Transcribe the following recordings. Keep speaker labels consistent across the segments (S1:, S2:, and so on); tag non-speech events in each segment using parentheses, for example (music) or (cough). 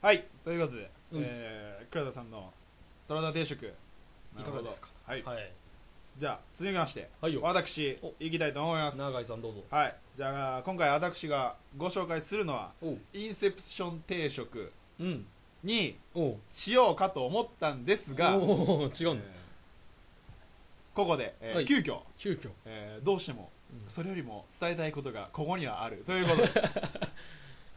S1: はいということで、
S2: うん
S1: えー、倉田さんの虎田定食
S2: いかがですか
S1: なるほどはい、
S2: はい
S1: じゃあ続きまして、
S2: はいよ
S1: 私
S2: お
S1: いきたいと思います
S2: 永井さんどうぞ
S1: はいじゃあ今回私がご紹介するのは
S2: おう
S1: インセプション定食
S2: うん
S1: に
S2: おう
S1: しようかと思ったんですが、えー
S2: おう違うんだ
S1: ここで、えー
S2: はい
S1: 急遽、
S2: 急遽
S1: えーどうしても
S2: うん
S1: それよりも伝えたいことがここにはあるということで
S2: はい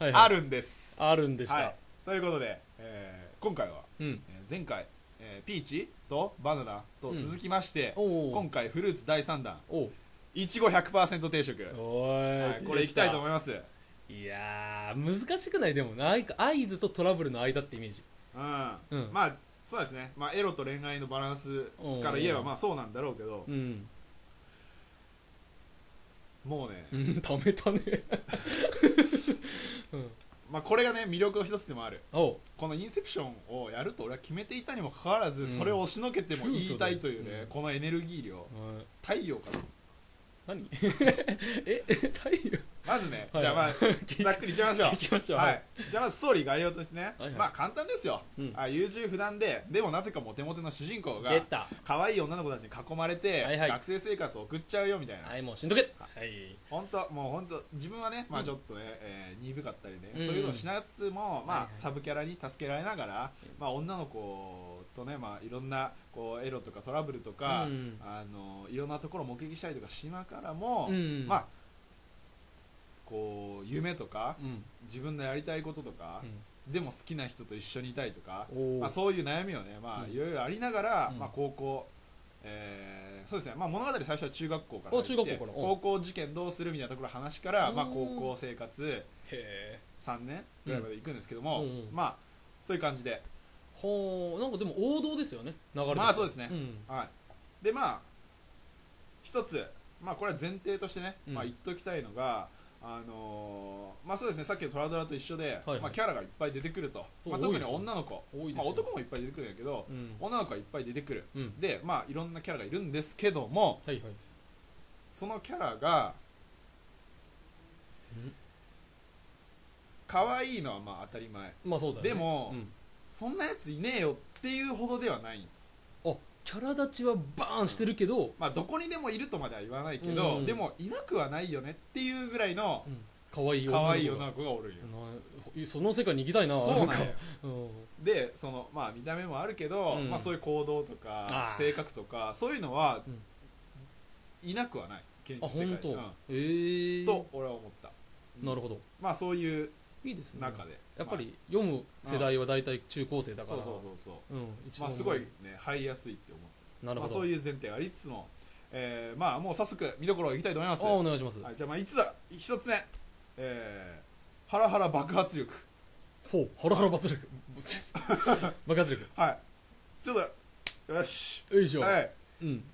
S2: はい
S1: あるんです
S2: あるんでした、
S1: はい、ということで、えー今回は、
S2: うん
S1: えー前回、えーピーチとバナナと続きまして、
S2: おう
S1: 今回フルーツ第3弾
S2: おう
S1: いちご100%定食、
S2: お
S1: は
S2: ー
S1: い、
S2: い
S1: これいきたいと
S2: い
S1: 思います、うん、
S2: いやー難しくないでもなんか合図とトラブルの間ってイメージ
S1: ま
S2: うん
S1: あそうですね、まあ、エロと恋愛のバランスから言えば
S2: おー
S1: まあそうなんだろうけど
S2: うん
S1: もうね、
S2: うんため
S1: (laughs)
S2: たねうん
S1: まあ、これがね魅力の一つでもある
S2: おう
S1: このインセプションをやると俺は決めていたにもかかわらず、
S2: うん
S1: それを押しのけても言いたいという
S2: キュートだ
S1: ね
S2: よ、うん
S1: このエネルギー量
S2: おい
S1: 太陽かと
S2: 何 (laughs) ええ太陽
S1: まずね、
S2: はい
S1: じゃあまあざっくりいきましょう
S2: (laughs) 聞きましょう
S1: はい、じゃあまずストーリー概要としてね、
S2: はいはい
S1: まあ簡単ですよ、
S2: うん
S1: あ優柔不断ででもなぜかモテモテの主人公が
S2: 出た
S1: 可愛い女の子たちに囲まれて、
S2: はいはい
S1: 学生生活を送っちゃうよみたいな、
S2: はいもうしんどけはい
S1: 本当もう本当自分はね、まあ、ちょっとね、えー鈍かったりね、
S2: うん
S1: そういうのをしながらつつも、まあ
S2: はいはい
S1: サブキャラに助けられながら、まあ、女の子とね、まあ、いろんなこうエロとかトラブルとか、
S2: うん
S1: あのいろんなところを目撃したりとかしながらも、
S2: うん
S1: まあこう夢とか
S2: うん
S1: 自分のやりたいこととか、でも好きな人と一緒にいたいとか、
S2: おー
S1: まあ、そういう悩みをね、ま
S2: う
S1: あ、
S2: ん
S1: いろいろありながら、
S2: うん
S1: まあ、高校、えーそうですね、まあ、物語最初は中学校から
S2: お
S1: 入って
S2: 中学校からお
S1: 高校受験どうするみたいなところの話から、まあ、
S2: うん
S1: 高校生活
S2: へえ
S1: 3年ぐらいまで行くんですけども、
S2: うんうん
S1: まあ、そういう感じで,、
S2: ほうなんかでも王道ですよね流れとして
S1: まあそうですね
S2: ん
S1: はい、でまあ一つ、まあ、これは前提としてね、
S2: うん
S1: まあ、言っときたいのが。あのーまあそうですねさっきのトラドラと一緒で、
S2: はい
S1: まあ、キャラがいっぱい出てくると、
S2: そう
S1: まあ、
S2: 多
S1: 特
S2: い
S1: に
S2: ですよ
S1: 女の子、
S2: 多いですよ
S1: まあ、男もいっぱい出てくるんやけど、
S2: うん
S1: 女の子がいっぱい出てくる
S2: うん
S1: でまあいろんなキャラがいるんですけども
S2: はいはい
S1: そのキャラが
S2: ん
S1: 可愛いのはまあ当たり前
S2: まあそうだよね
S1: でも
S2: うん
S1: そんなやついねえよっていうほどではない
S2: あキャラ立ちはバーンしてるけど
S1: まあどこにでもいるとまでは言わないけ
S2: うん
S1: ど、
S2: うん
S1: でもいなくはないよねっていうぐらいの
S2: うん可愛い
S1: 可
S2: 女の子が
S1: 愛い女の子がおるんよ、
S2: なその世界に行きたいな
S1: そうなん
S2: か
S1: よ
S2: うん
S1: でそのまあ見た目もあるけど、
S2: うん
S1: まあ、そういう行動とか
S2: あー
S1: 性格とかそういうのは
S2: うん
S1: いなくはない現
S2: あ
S1: 実世界
S2: 本当
S1: に
S2: え
S1: う
S2: え
S1: んと俺は思った
S2: なるほど
S1: まあそういう
S2: いいですね
S1: 中で、
S2: やっぱり読む世代は大体中高生だ
S1: まあそ
S2: か
S1: う
S2: ら
S1: そうそうそう
S2: うん一
S1: ま
S2: 番
S1: あ、すごいね入りやすいって思う
S2: なる
S1: ま
S2: ほ
S1: あ、
S2: ど
S1: そういう前提がありつつも、えーまあ、もう早速見どころいきたいと思います
S2: あお願いします
S1: はい、じゃあまあいつだ一つ目、えー、ハラハラ爆発力
S2: ほうハラハラ
S1: (laughs)
S2: 爆発力爆発力
S1: はいちょっとよし
S2: よいしょ
S1: はい
S2: うん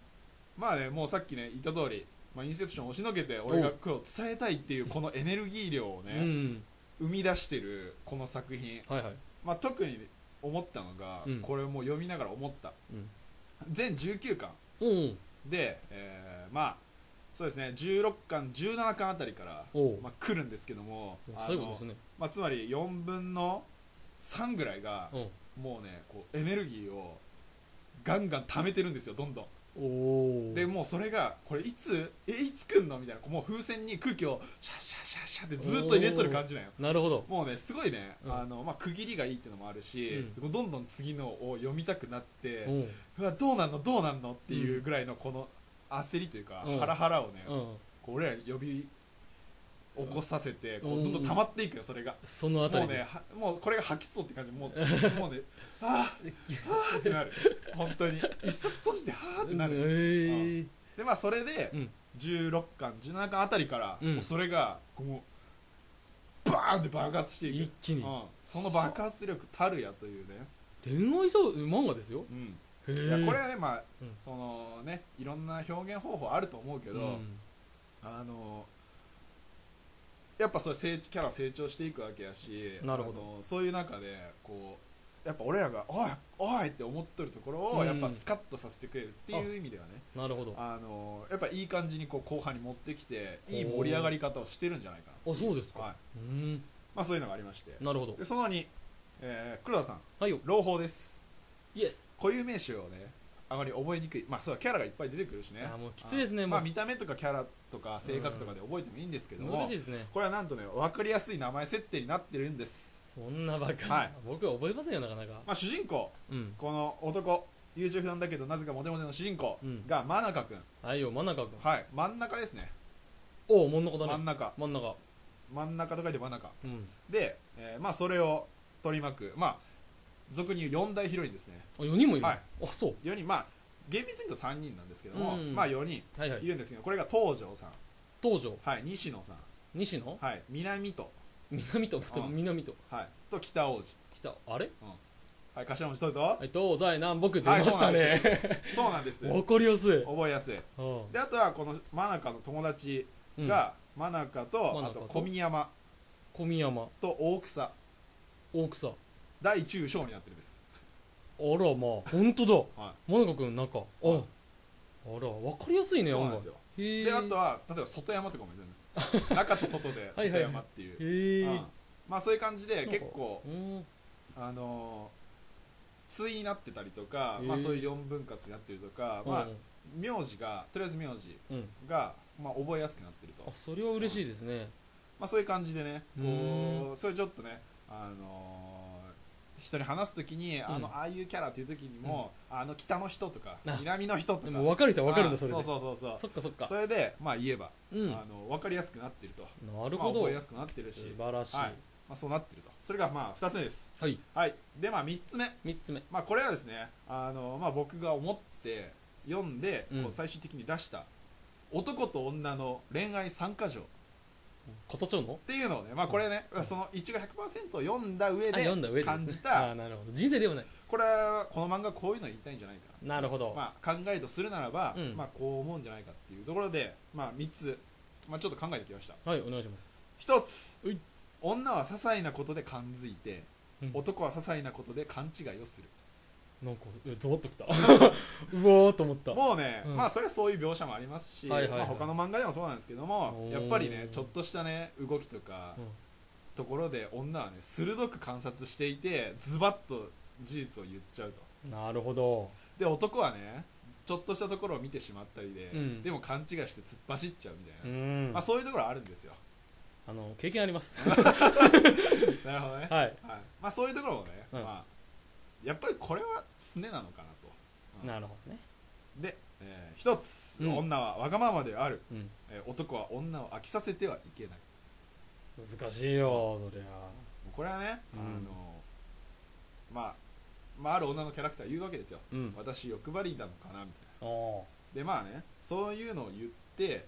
S1: まあねもうさっきね言った通りまあ、インセプションを押しのけて俺がこれを伝えたいっていうこのエネルギー量を
S2: う
S1: ね、
S2: ん
S1: 生み出してるこの作品、
S2: はいはい
S1: まあ、特に思ったのが、
S2: うん
S1: これもう読みながら思った
S2: うん
S1: 全19巻
S2: おう
S1: で、えーまあそうですね16巻17巻あたりから、
S2: おう
S1: まあ、来るんですけどもあの
S2: 最後ですね
S1: まあ、つまり4分の3ぐらいが
S2: うん
S1: もうねこうエネルギーをガンガン溜めてるんですよどんどん
S2: おお
S1: でもうそれがこれいつえいつ来んのみたいなこうもう風船に空気をシャッシャッシャッシャッってずっと入れとる感じなんよ
S2: なるほど
S1: もうねすごいね、
S2: うん
S1: あのまあ、区切りがいいっていうのもあるし、どんどん次のを読みたくなって、
S2: おう
S1: うわどうなんのどうなんのっていうぐらいのこの焦りというか、
S2: うん
S1: ハラハラをね、
S2: うん
S1: こう俺らに呼び起こさせて、こ
S2: う
S1: うんどんどん溜まっていくよそれが、
S2: そのあた
S1: もう
S2: り
S1: ね
S2: で
S1: はもうこれが吐きそうって感じもうもうねあーあーってなる本当に一冊閉じてはあって
S2: うん
S1: な
S2: え
S1: る、
S2: ー
S1: でまあそれで
S2: うん
S1: 16巻17巻あたりから、
S2: うん
S1: もうそれがこうバーンって爆発してい
S2: 一
S1: く、
S2: 気
S1: うん
S2: に、
S1: その爆発力たるやというね、
S2: 恋愛小漫画ですよ
S1: うん、
S2: へ
S1: いや
S2: え
S1: これはねまあ、
S2: うん
S1: そのねいろんな表現方法あると思うけど、
S2: うん
S1: あのやっぱそれ成キャラ成長していくわけやし
S2: なるほど
S1: あのそういう中でこうやっぱ俺らが「おいおい!」って思っとるところを、
S2: うん
S1: やっぱスカッとさせてくれるっていう意味ではね
S2: なるほどあ
S1: あのやっぱいい感じにこう後半に持ってきていい盛り上がり方をしてるんじゃないかな
S2: そうですか
S1: はい
S2: うん
S1: まあ、そういうのがありまして
S2: なるほど
S1: でその2、えー黒田さん
S2: はいよ
S1: 朗報です
S2: イエス
S1: 固有名詞をねあまり覚えにくいまあそうだキャラがいっぱい出てくるしね
S2: あーもうきついですね
S1: あー
S2: も
S1: ま
S2: う
S1: あ見た目とかキャラとか性格とかで覚えてもいいんですけども、
S2: 難しいですね
S1: これはなんとね分かりやすい名前設定になってるんです、
S2: そんなバカ、
S1: はい
S2: 僕は覚えませんよなかなか
S1: まあ、主人公
S2: うん
S1: この男 YouTube なんだけどなぜかモテモテの主人公
S2: うん
S1: が真中君、
S2: はいよ真中君
S1: はい真ん中ですね
S2: おお真ん中だ
S1: 真
S2: ね
S1: ん中
S2: 真ん中
S1: 真ん中と書いて真ん中
S2: うん
S1: で、えーまあそれを取り巻くまあ俗に言う4大ヒロインですね
S2: あ4人もいる、
S1: はい
S2: あそう
S1: 4人まあ厳密に言うと3人なんですけども、
S2: うん
S1: まあ4人
S2: はいはい
S1: いるんですけどこれが東條さん
S2: 東条
S1: はい西野さん
S2: 西野
S1: はい南と
S2: 南とまた
S1: うん
S2: 南と
S1: はいと北王子
S2: 北あれ
S1: はい頭文字取ると
S2: はい東西南 (laughs) 北出
S1: は
S2: ま
S1: い
S2: したね、 (laughs)
S1: そうなんです
S2: わかりやすい
S1: 覚えやすい
S2: うん
S1: であとはこの真中の友達
S2: うん
S1: が真中と、
S2: 真
S1: あ
S2: 中と
S1: と小宮山
S2: 小宮山
S1: と大草
S2: 大草あ
S1: 大中小になってるんです
S2: らま
S1: (laughs)
S2: あ本当だ、
S1: は
S2: 真中君中ああらわかりやすいね
S1: そう
S2: 案
S1: なん
S2: 外
S1: ですよ
S2: へえ
S1: であとは例えば外山とかもいるんです
S2: (laughs)
S1: 中と外で
S2: はいは
S1: 外
S2: い
S1: 山っていう
S2: へえ
S1: うんまあそういう感じで結構
S2: うん
S1: あのー対になってたりとか、
S2: へー
S1: まあ、そういう四分割になってるとか、まあ、名字がとりあえず名字
S2: うんうん
S1: が、まあ、覚えやすくなってると
S2: あ、それは嬉しいですね
S1: まあ、そういう感じでね
S2: う
S1: こうそれちょっとね、あのー人に話すときにあの、
S2: うん
S1: ああいうキャラっていう時にも、あの北の人とか
S2: あ
S1: 南の人と
S2: で
S1: か
S2: も分かる人は分かるんだそれ
S1: あー
S2: で
S1: そうそうそうそ
S2: そっかそっ
S1: う
S2: か
S1: それでまあ言えば、
S2: うん
S1: あの分かりやすくなってると
S2: なるほ
S1: まあ、
S2: ど
S1: 覚えやすくなってるし
S2: 素晴らしい
S1: はいまあ、そうなってるとそれがまあ2つ目です
S2: はい
S1: はいでまあ3つ目
S2: 3つ目
S1: まあこれはですねあの、まあ、僕が思って読んで、
S2: うん
S1: こう最終的に出した男と女の恋愛三箇条っ
S2: 片町の
S1: ていうのをね、まあ、これね、その1が100%読んだ上
S2: あ読ん
S1: で
S2: だ上でですね
S1: 感じた
S2: あなるほど人生ではない
S1: これはこの漫画こういうの言いたいんじゃないか
S2: なるほ
S1: な、
S2: ど
S1: まあ、考えるとするならば、
S2: うん
S1: まあ、こう思うんじゃないかっていうところで、まあ、3つ、まあ、ちょっと考えてきました
S2: はいお願いします
S1: 1つ
S2: うい
S1: 女は些細なことで感づいて、
S2: うん
S1: 男は些細なことで勘違いをする
S2: なんかうわゾワッと
S1: (laughs)
S2: きたうわーと思った
S1: もうね、
S2: うん
S1: まあそれはそういう描写もありますし、
S2: はいはいはい
S1: まあ、他の漫画でもそうなんですけども
S2: おー
S1: やっぱりねちょっとしたね動きとか、
S2: うん
S1: ところで女はね鋭く観察していてズバッと事実を言っちゃうと
S2: なるほど
S1: で男はねちょっとしたところを見てしまったりで、
S2: うん
S1: でも勘違いして突っ走っちゃうみたいうな、
S2: ん
S1: まあ、そういうところあるんですよ
S2: あの経験あります
S1: (laughs) なるほどね、 (laughs)
S2: はい
S1: はいまあ、そういうところもね、
S2: うん
S1: まあ、やっぱりこれは常なのかなと
S2: なるほどね
S1: で、えー一つ、
S2: うん
S1: 女はわがままである、
S2: うん
S1: えー男は女を飽きさせてはいけない
S2: 難しいよそりゃ
S1: これはね、
S2: うん
S1: あのまあ、まあある女のキャラクターが言うわけですよ
S2: うん
S1: 私欲張りなのかなみたいな
S2: あー
S1: でまあねそういうのを言って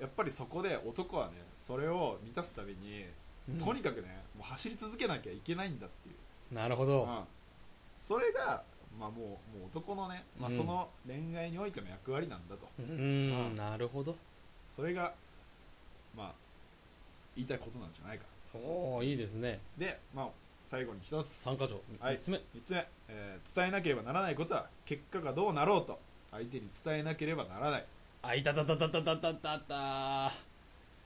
S1: やっぱりそこで男はねそれを満たすために、
S2: うん
S1: とにかくねもう走り続けなきゃいけないんだっていう、
S2: なるほ
S1: う
S2: ど
S1: ん、それが、まあ、もうもう男のね、まあ、
S2: うん
S1: その恋愛においての役割なんだと、
S2: う
S1: うんん
S2: なるほど
S1: それがまあ言いたいことなんじゃないか
S2: おおいいですね
S1: なで、まあ、最後に一つ
S2: 三箇条
S1: はい
S2: 三つ目
S1: 3つ目、えー伝えなければならないことは結果がどうなろうと相手に伝えなければならない
S2: あいたたたたたたたたた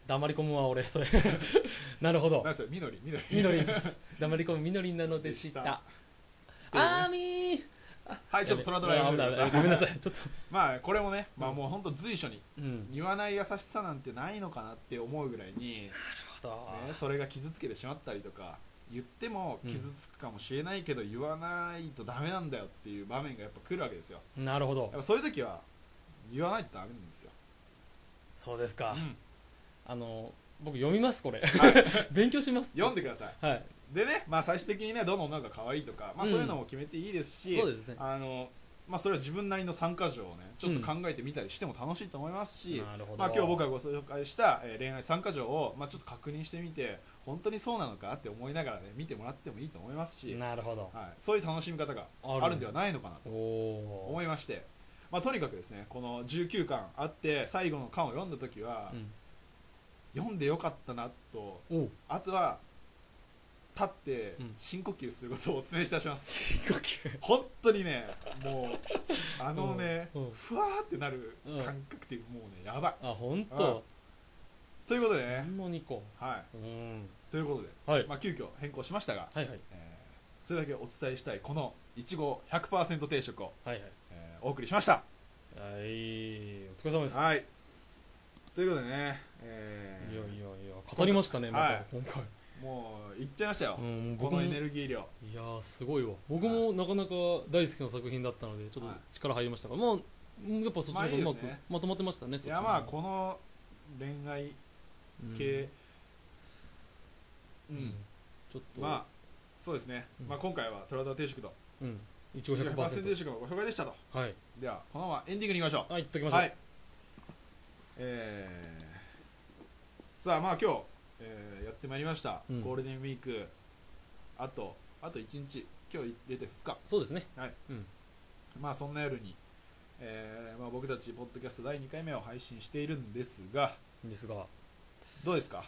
S2: 黙り込むわ俺それ (laughs) なるほど
S1: 何それ緑緑
S2: 緑です黙り込む緑なのでした
S1: でした
S2: あーみー
S1: (laughs) はいちょっとトラドラ
S2: や
S1: や
S2: め
S1: め
S2: て
S1: てくだ
S2: くださ
S1: さ
S2: い
S1: い
S2: ごめんなさいちょっと
S1: まあこれもね、まあ
S2: うん
S1: もう本当随所に (laughs)
S2: うん
S1: 言わない優しさなんてないのかなって思うぐらいに、ね、それが傷つけてしまったりとか言っても傷つくかもしれないけど言わないとダメなんだよっていう場面がやっぱ来るわけですよ
S2: なるほど
S1: やっぱそういう時は言わないとダメなんですよ、
S2: そうですか
S1: うん
S2: あの僕読みますこれ (laughs) 勉強します
S1: 読んでください
S2: はい
S1: でね、まあ、最終的にねどの女が可愛いとか、まあ、
S2: うん
S1: そういうのも決めていいですし、
S2: そうですね
S1: あのまあ、それは自分なりの参加条をねちょっと考えてみたりしても楽しいと思いますし、
S2: なるほど
S1: まあ、今日僕がご紹介した、えー恋愛参加条を、まあ、ちょっと確認してみて本当にそうなのかって思いながらね見てもらってもいいと思いますし、
S2: なるほど
S1: はい、そういう楽しみ方が
S2: ある
S1: あるんではないのかなと
S2: おお
S1: 思いまして、まあ、とにかくですねこの19巻あって最後の巻を読んだ時は、
S2: うん
S1: 読んでよかったなと
S2: おう
S1: あとは立って
S2: うん
S1: 深呼吸することをお勧めいたします、
S2: 深呼吸
S1: 本当にねもうあのね、
S2: うんうん
S1: ふわーってなる
S2: うん
S1: 感覚っていうもうねやばい
S2: あ本当
S1: ということでね
S2: ほんの2個
S1: はい
S2: うん
S1: ということで、
S2: はい
S1: まあ、急遽変更しましたが、
S2: はいはい
S1: えそれだけお伝えしたいこのいちご100%定食を、
S2: はい
S1: えーお送りしました
S2: はいはいお疲れ様です
S1: はいということでね、えー
S2: いやいやいや語りましたねま
S1: は
S2: た
S1: い
S2: 今回、
S1: もう行っちゃいましたよ、
S2: うん
S1: こ
S2: 僕も
S1: のエ
S2: い
S1: ネルギー量
S2: やーすごいわ僕もなかなか大好きな作品だったのでちょっと
S1: はい
S2: 力入りましたがまあうんやっぱそっちの
S1: まあ
S2: 方がうまく
S1: いいですね
S2: まとまってましたね
S1: い
S2: そっちの
S1: や
S2: 方
S1: まあこの恋愛系、う
S2: うんんちょっと
S1: まあそうですね、
S2: うん
S1: まあ、今回はトラウダ定食と
S2: うん一応
S1: 100%定
S2: 100%
S1: 食のご紹介でしたと
S2: はい
S1: ではこのままエンディングに行きましょう
S2: はいいっときましょう
S1: はい。えー、さあ、まあ今日、えーやってまいりました、
S2: うん
S1: ゴールデンウィーク、あと、あと1日、今日入れて2日、
S2: そうですね
S1: まあそんな夜に、えーまあ、僕たち、ポッドキャスト第2回目を配信しているんですが、
S2: ですが
S1: どうですか、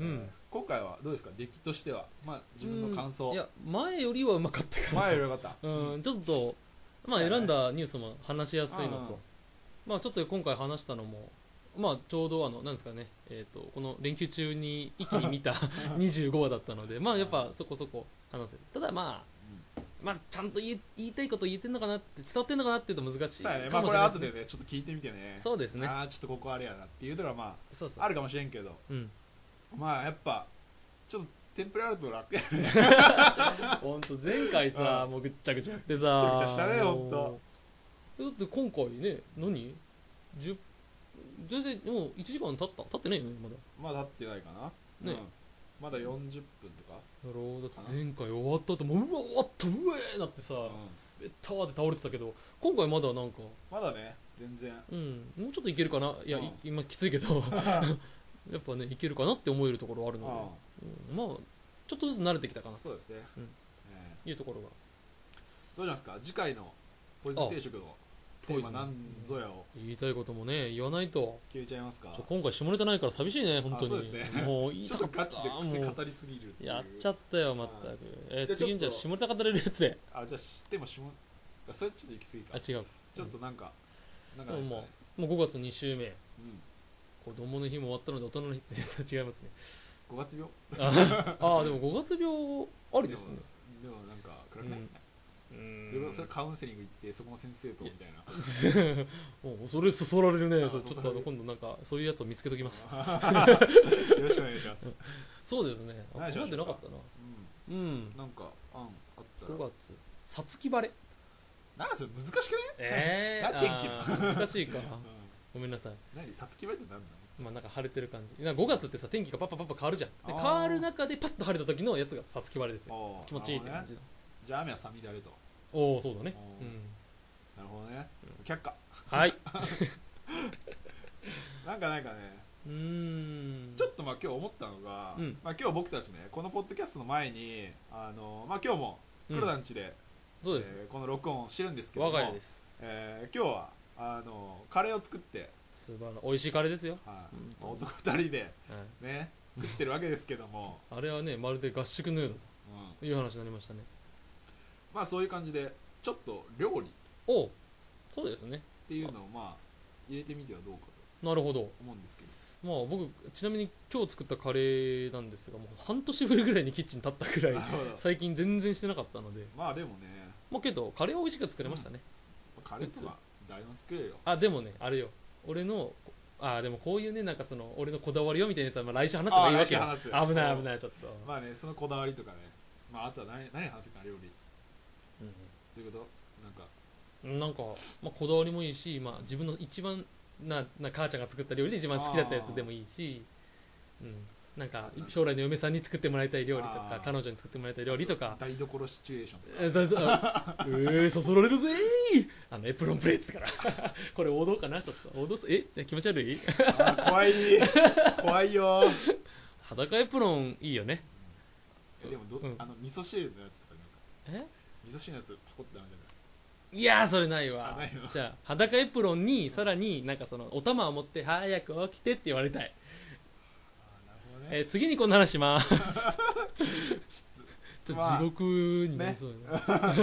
S2: う
S1: え
S2: ん
S1: ー今回はどうですか、出来としては、まあ自分の感想、
S2: うんいや前よりはうまかったかな
S1: 前よりよかった。
S2: うん、ちょっと、まあ、
S1: はいはい
S2: 選んだニュースも話しやすいの
S1: うんうん
S2: と、まあ、ちょっと今回話したのも、まあ、ちょうどあのなんですかね、えー、とこの連休中に一気に
S1: (laughs)
S2: 見た25話だったので、まあ、やっぱそこそこ話せるただ、まあまあ、ちゃんと言い言いたいこと言ってんのかなって伝わってんのかなっていうと難しい
S1: さあね、ま
S2: か
S1: あ
S2: も
S1: こ
S2: し
S1: れ
S2: れない
S1: 後でね、ちょっと聞いてみてね、
S2: そうですね
S1: ああ、ちょっとここあれやなっていうのは、ま
S2: そうそうそう
S1: あ、あるかもしれんけど、
S2: うん、
S1: まあやっぱちょっとテンプレあると楽やね (laughs)
S2: 本当前回さ、
S1: うん
S2: もうぐっちゃぐちゃやって
S1: ぐ
S2: さ
S1: っちゃぐちゃしたね
S2: もう
S1: ほんと
S2: えだって今回ね何10全然もう1時間経った経ってないよねま
S1: ま
S2: だ
S1: だ立ってないかな、
S2: ね
S1: うんまだ40分とか、
S2: だろうだって前回終わった後もううわ終わったうえーなってさ、
S1: うん
S2: ベターって倒れてたけど今回まだなんか
S1: まだね全然
S2: うんもうちょっといけるかないや、い
S1: うん
S2: 今きついけ
S1: (laughs)
S2: どやっぱねいけるかなって思えるところはあるので、うんまあちょっとずつ慣れてきたかな
S1: そうですね、
S2: うん
S1: え
S2: というところが
S1: ーどうしますか次回のポジティブ定食のテーマなんぞやを
S2: 言いたいこともね言わないと
S1: 消えちゃいますか
S2: ちょ今回下ネタないから寂しいね本当に
S1: あそうですね
S2: もう言い
S1: ち
S2: た
S1: ょっ
S2: か
S1: と
S2: った
S1: ガチで癖
S2: も
S1: 語りすぎる
S2: うやっち
S1: ゃ
S2: ゃったよま
S1: は
S2: った
S1: い
S2: く、え
S1: じゃあちょ
S2: ー
S1: っと
S2: 次にじゃあ下ネタ語れるやつで
S1: あじゃあ知ってもしもあそれちょっと行き過ぎか
S2: あ違う
S1: ちょっとなんか、なんかないですかね
S2: もう5月2週目
S1: うん
S2: 子供の日も終わったので大人の日ってそう違いますね
S1: 五月病
S2: ああーでも5月病ありですね
S1: でもでもなんか暗くない、
S2: うん
S1: でもそれカウンセリング行ってそこの先生とみたいな
S2: もうそれそそられるね
S1: あ
S2: そう
S1: そ
S2: ちょ
S1: そ
S2: っ
S1: られ
S2: とあ
S1: る
S2: の今度なんかそういうやつを見つけときます
S1: よろしくお願いします、
S2: そうですねあ
S1: 何し
S2: 考
S1: ましょ
S2: えて
S1: う
S2: な
S1: か
S2: かったなうん
S1: うん、なんか案あった
S2: 5
S1: ら
S2: 月さつき晴れ
S1: なんかそれ難しくない、
S2: ええ
S1: な天気
S2: あー難しいか
S1: うん、
S2: ごめんなさい
S1: 何さつきばってなんだ
S2: まあなんか晴れてる感じなんか5月ってさ天気がパッパパッパ変わるじゃんで
S1: あー
S2: 変わる中でパッと晴れた時のやつがさつき晴れですよ
S1: ろ
S2: 気持ちいいって感じ
S1: ね
S2: だ、
S1: じゃあ雨はさみだれと
S2: おおそうだね
S1: おー
S2: うん
S1: なるほどね却下
S2: はい
S1: なんかなんかね
S2: うーん
S1: ちょっとまあ今日思ったのが、
S2: うん
S1: まあ、今日僕たちねこのポッドキャストの前にあの、まあ、今日も黒田んちで、
S2: そうです、
S1: えーこの録音をしてるんですけど
S2: 我
S1: も
S2: が家です
S1: えー今日はあのカレーを作って、
S2: 素晴ら美味しいカレーですよ、
S1: はい
S2: うん
S1: まあ男2人で
S2: はい、
S1: ね食ってるわけですけども、
S2: あれはねまるで合宿のようだ
S1: うん
S2: という話になりましたね
S1: まあそういう感じでちょっと料理っ
S2: おおそうですね
S1: ていうのをまあ入れてみてはどうかと
S2: なるほど
S1: 思うんですけど
S2: まあ僕ちなみに今日作ったカレーなんですがもう半年ぶりぐらいにキッチン立ったぐら
S1: ないるほど
S2: 最近全然してなかったので
S1: まあでもね
S2: まあけどカレーは美味しく作れましたね、
S1: カレーとか誰も作れるよ
S2: あでもねあれよ俺のあでもこういうねなんかその俺のこだわりよみたいなやつはまあ来週話せばいいわけよ
S1: あ来週話す
S2: 危ない危ないちょっと、
S1: まあねそのこだわりとかねまああとは何何話すかな料理ということなんか
S2: うん、なんか、まあ、こだわりもいいし、まあ、自分の一番なな母ちゃんが作った料理で一番好きだったやつでもいいし、うん、なんか将来の嫁さんに作ってもらいたい料理と
S1: あー
S2: か彼女に作ってもらいたい料理とか
S1: 台所シチュエーションとか
S2: えそうそううえそそられるぜーあのエプロンプレーツから (laughs) これ王道かなちょっと王道っすえじゃあ気持ち悪い
S1: あー (laughs) 怖い怖いよ
S2: 裸エプロンいいよね
S1: えでもど、
S2: うん
S1: あの味噌汁のやつとかなんか
S2: え
S1: 味噌汁のやつパコってダメだか
S2: いやーそれないわ
S1: あないの
S2: じゃあ裸エプロンにさらになんかそのお玉を持って早く起きてって言われたい、
S1: らなるほどね
S2: えー次にこんな話し
S1: (laughs)
S2: ます
S1: ちょっと
S2: ちょ
S1: まあ
S2: 地獄になりそうだな、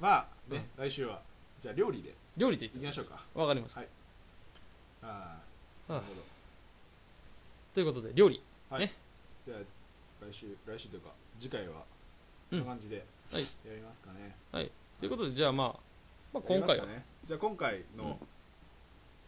S1: まあね、来週はじゃあ料理で
S2: 料理でい
S1: いき
S2: って
S1: ましょうか
S2: わかりました、
S1: はいああ
S2: あ
S1: なるほど
S2: ということで料理
S1: はい
S2: ね
S1: じゃあ来週来週というか次回はそんな感じで
S2: う
S1: や
S2: んはい
S1: りますかね。
S2: ということでじゃあまあ、まあ、
S1: やりま
S2: 今
S1: す
S2: 回
S1: か
S2: は、
S1: ね。じゃあ今回の、
S2: うん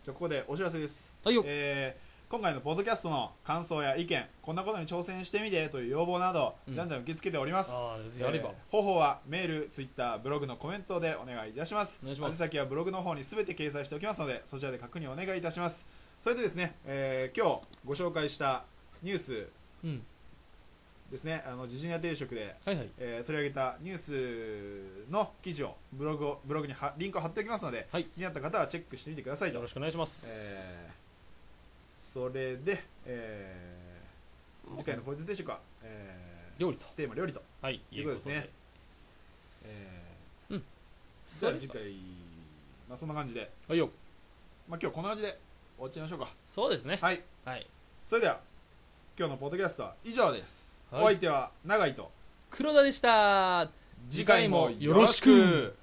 S1: じゃあここでお知らせです。
S2: はいよ
S1: えー今回のポッドキャストの感想や意見こんなことに挑戦してみてという要望など、
S2: うん
S1: じゃんじゃん受け付けております
S2: ああやれば、
S1: えー方法はメールツイッターブログのコメントでお願いいたします
S2: お願いします
S1: 宛先はブログの方に全て掲載しておきますのでそちらで確認お願いいたしますそれでですね、えー今日ご紹介したニュース
S2: うん
S1: ですねあの時事ネタ定食で、
S2: はいはい
S1: えー取り上げたニュースの記事をブログをブログにはリンクを貼っておきますので、
S2: はい
S1: 気になった方はチェックしてみてくださいと
S2: よろしくお願いします、
S1: えーそれで、えー次回のポイズ定食は、えー
S2: 料理と
S1: テーマ料理と、
S2: はい
S1: いうことですね
S2: いう
S1: えー
S2: うん
S1: じゃあ次回、まあ、そんな感じで、
S2: はいよ
S1: まあ、今日こんな感じで終わっちゃいましょうか
S2: そうですね
S1: はい
S2: はい
S1: それでは今日のポッドキャストは以上です、
S2: はい
S1: お相手は永井と
S2: 黒田でした
S1: 次回もよろしく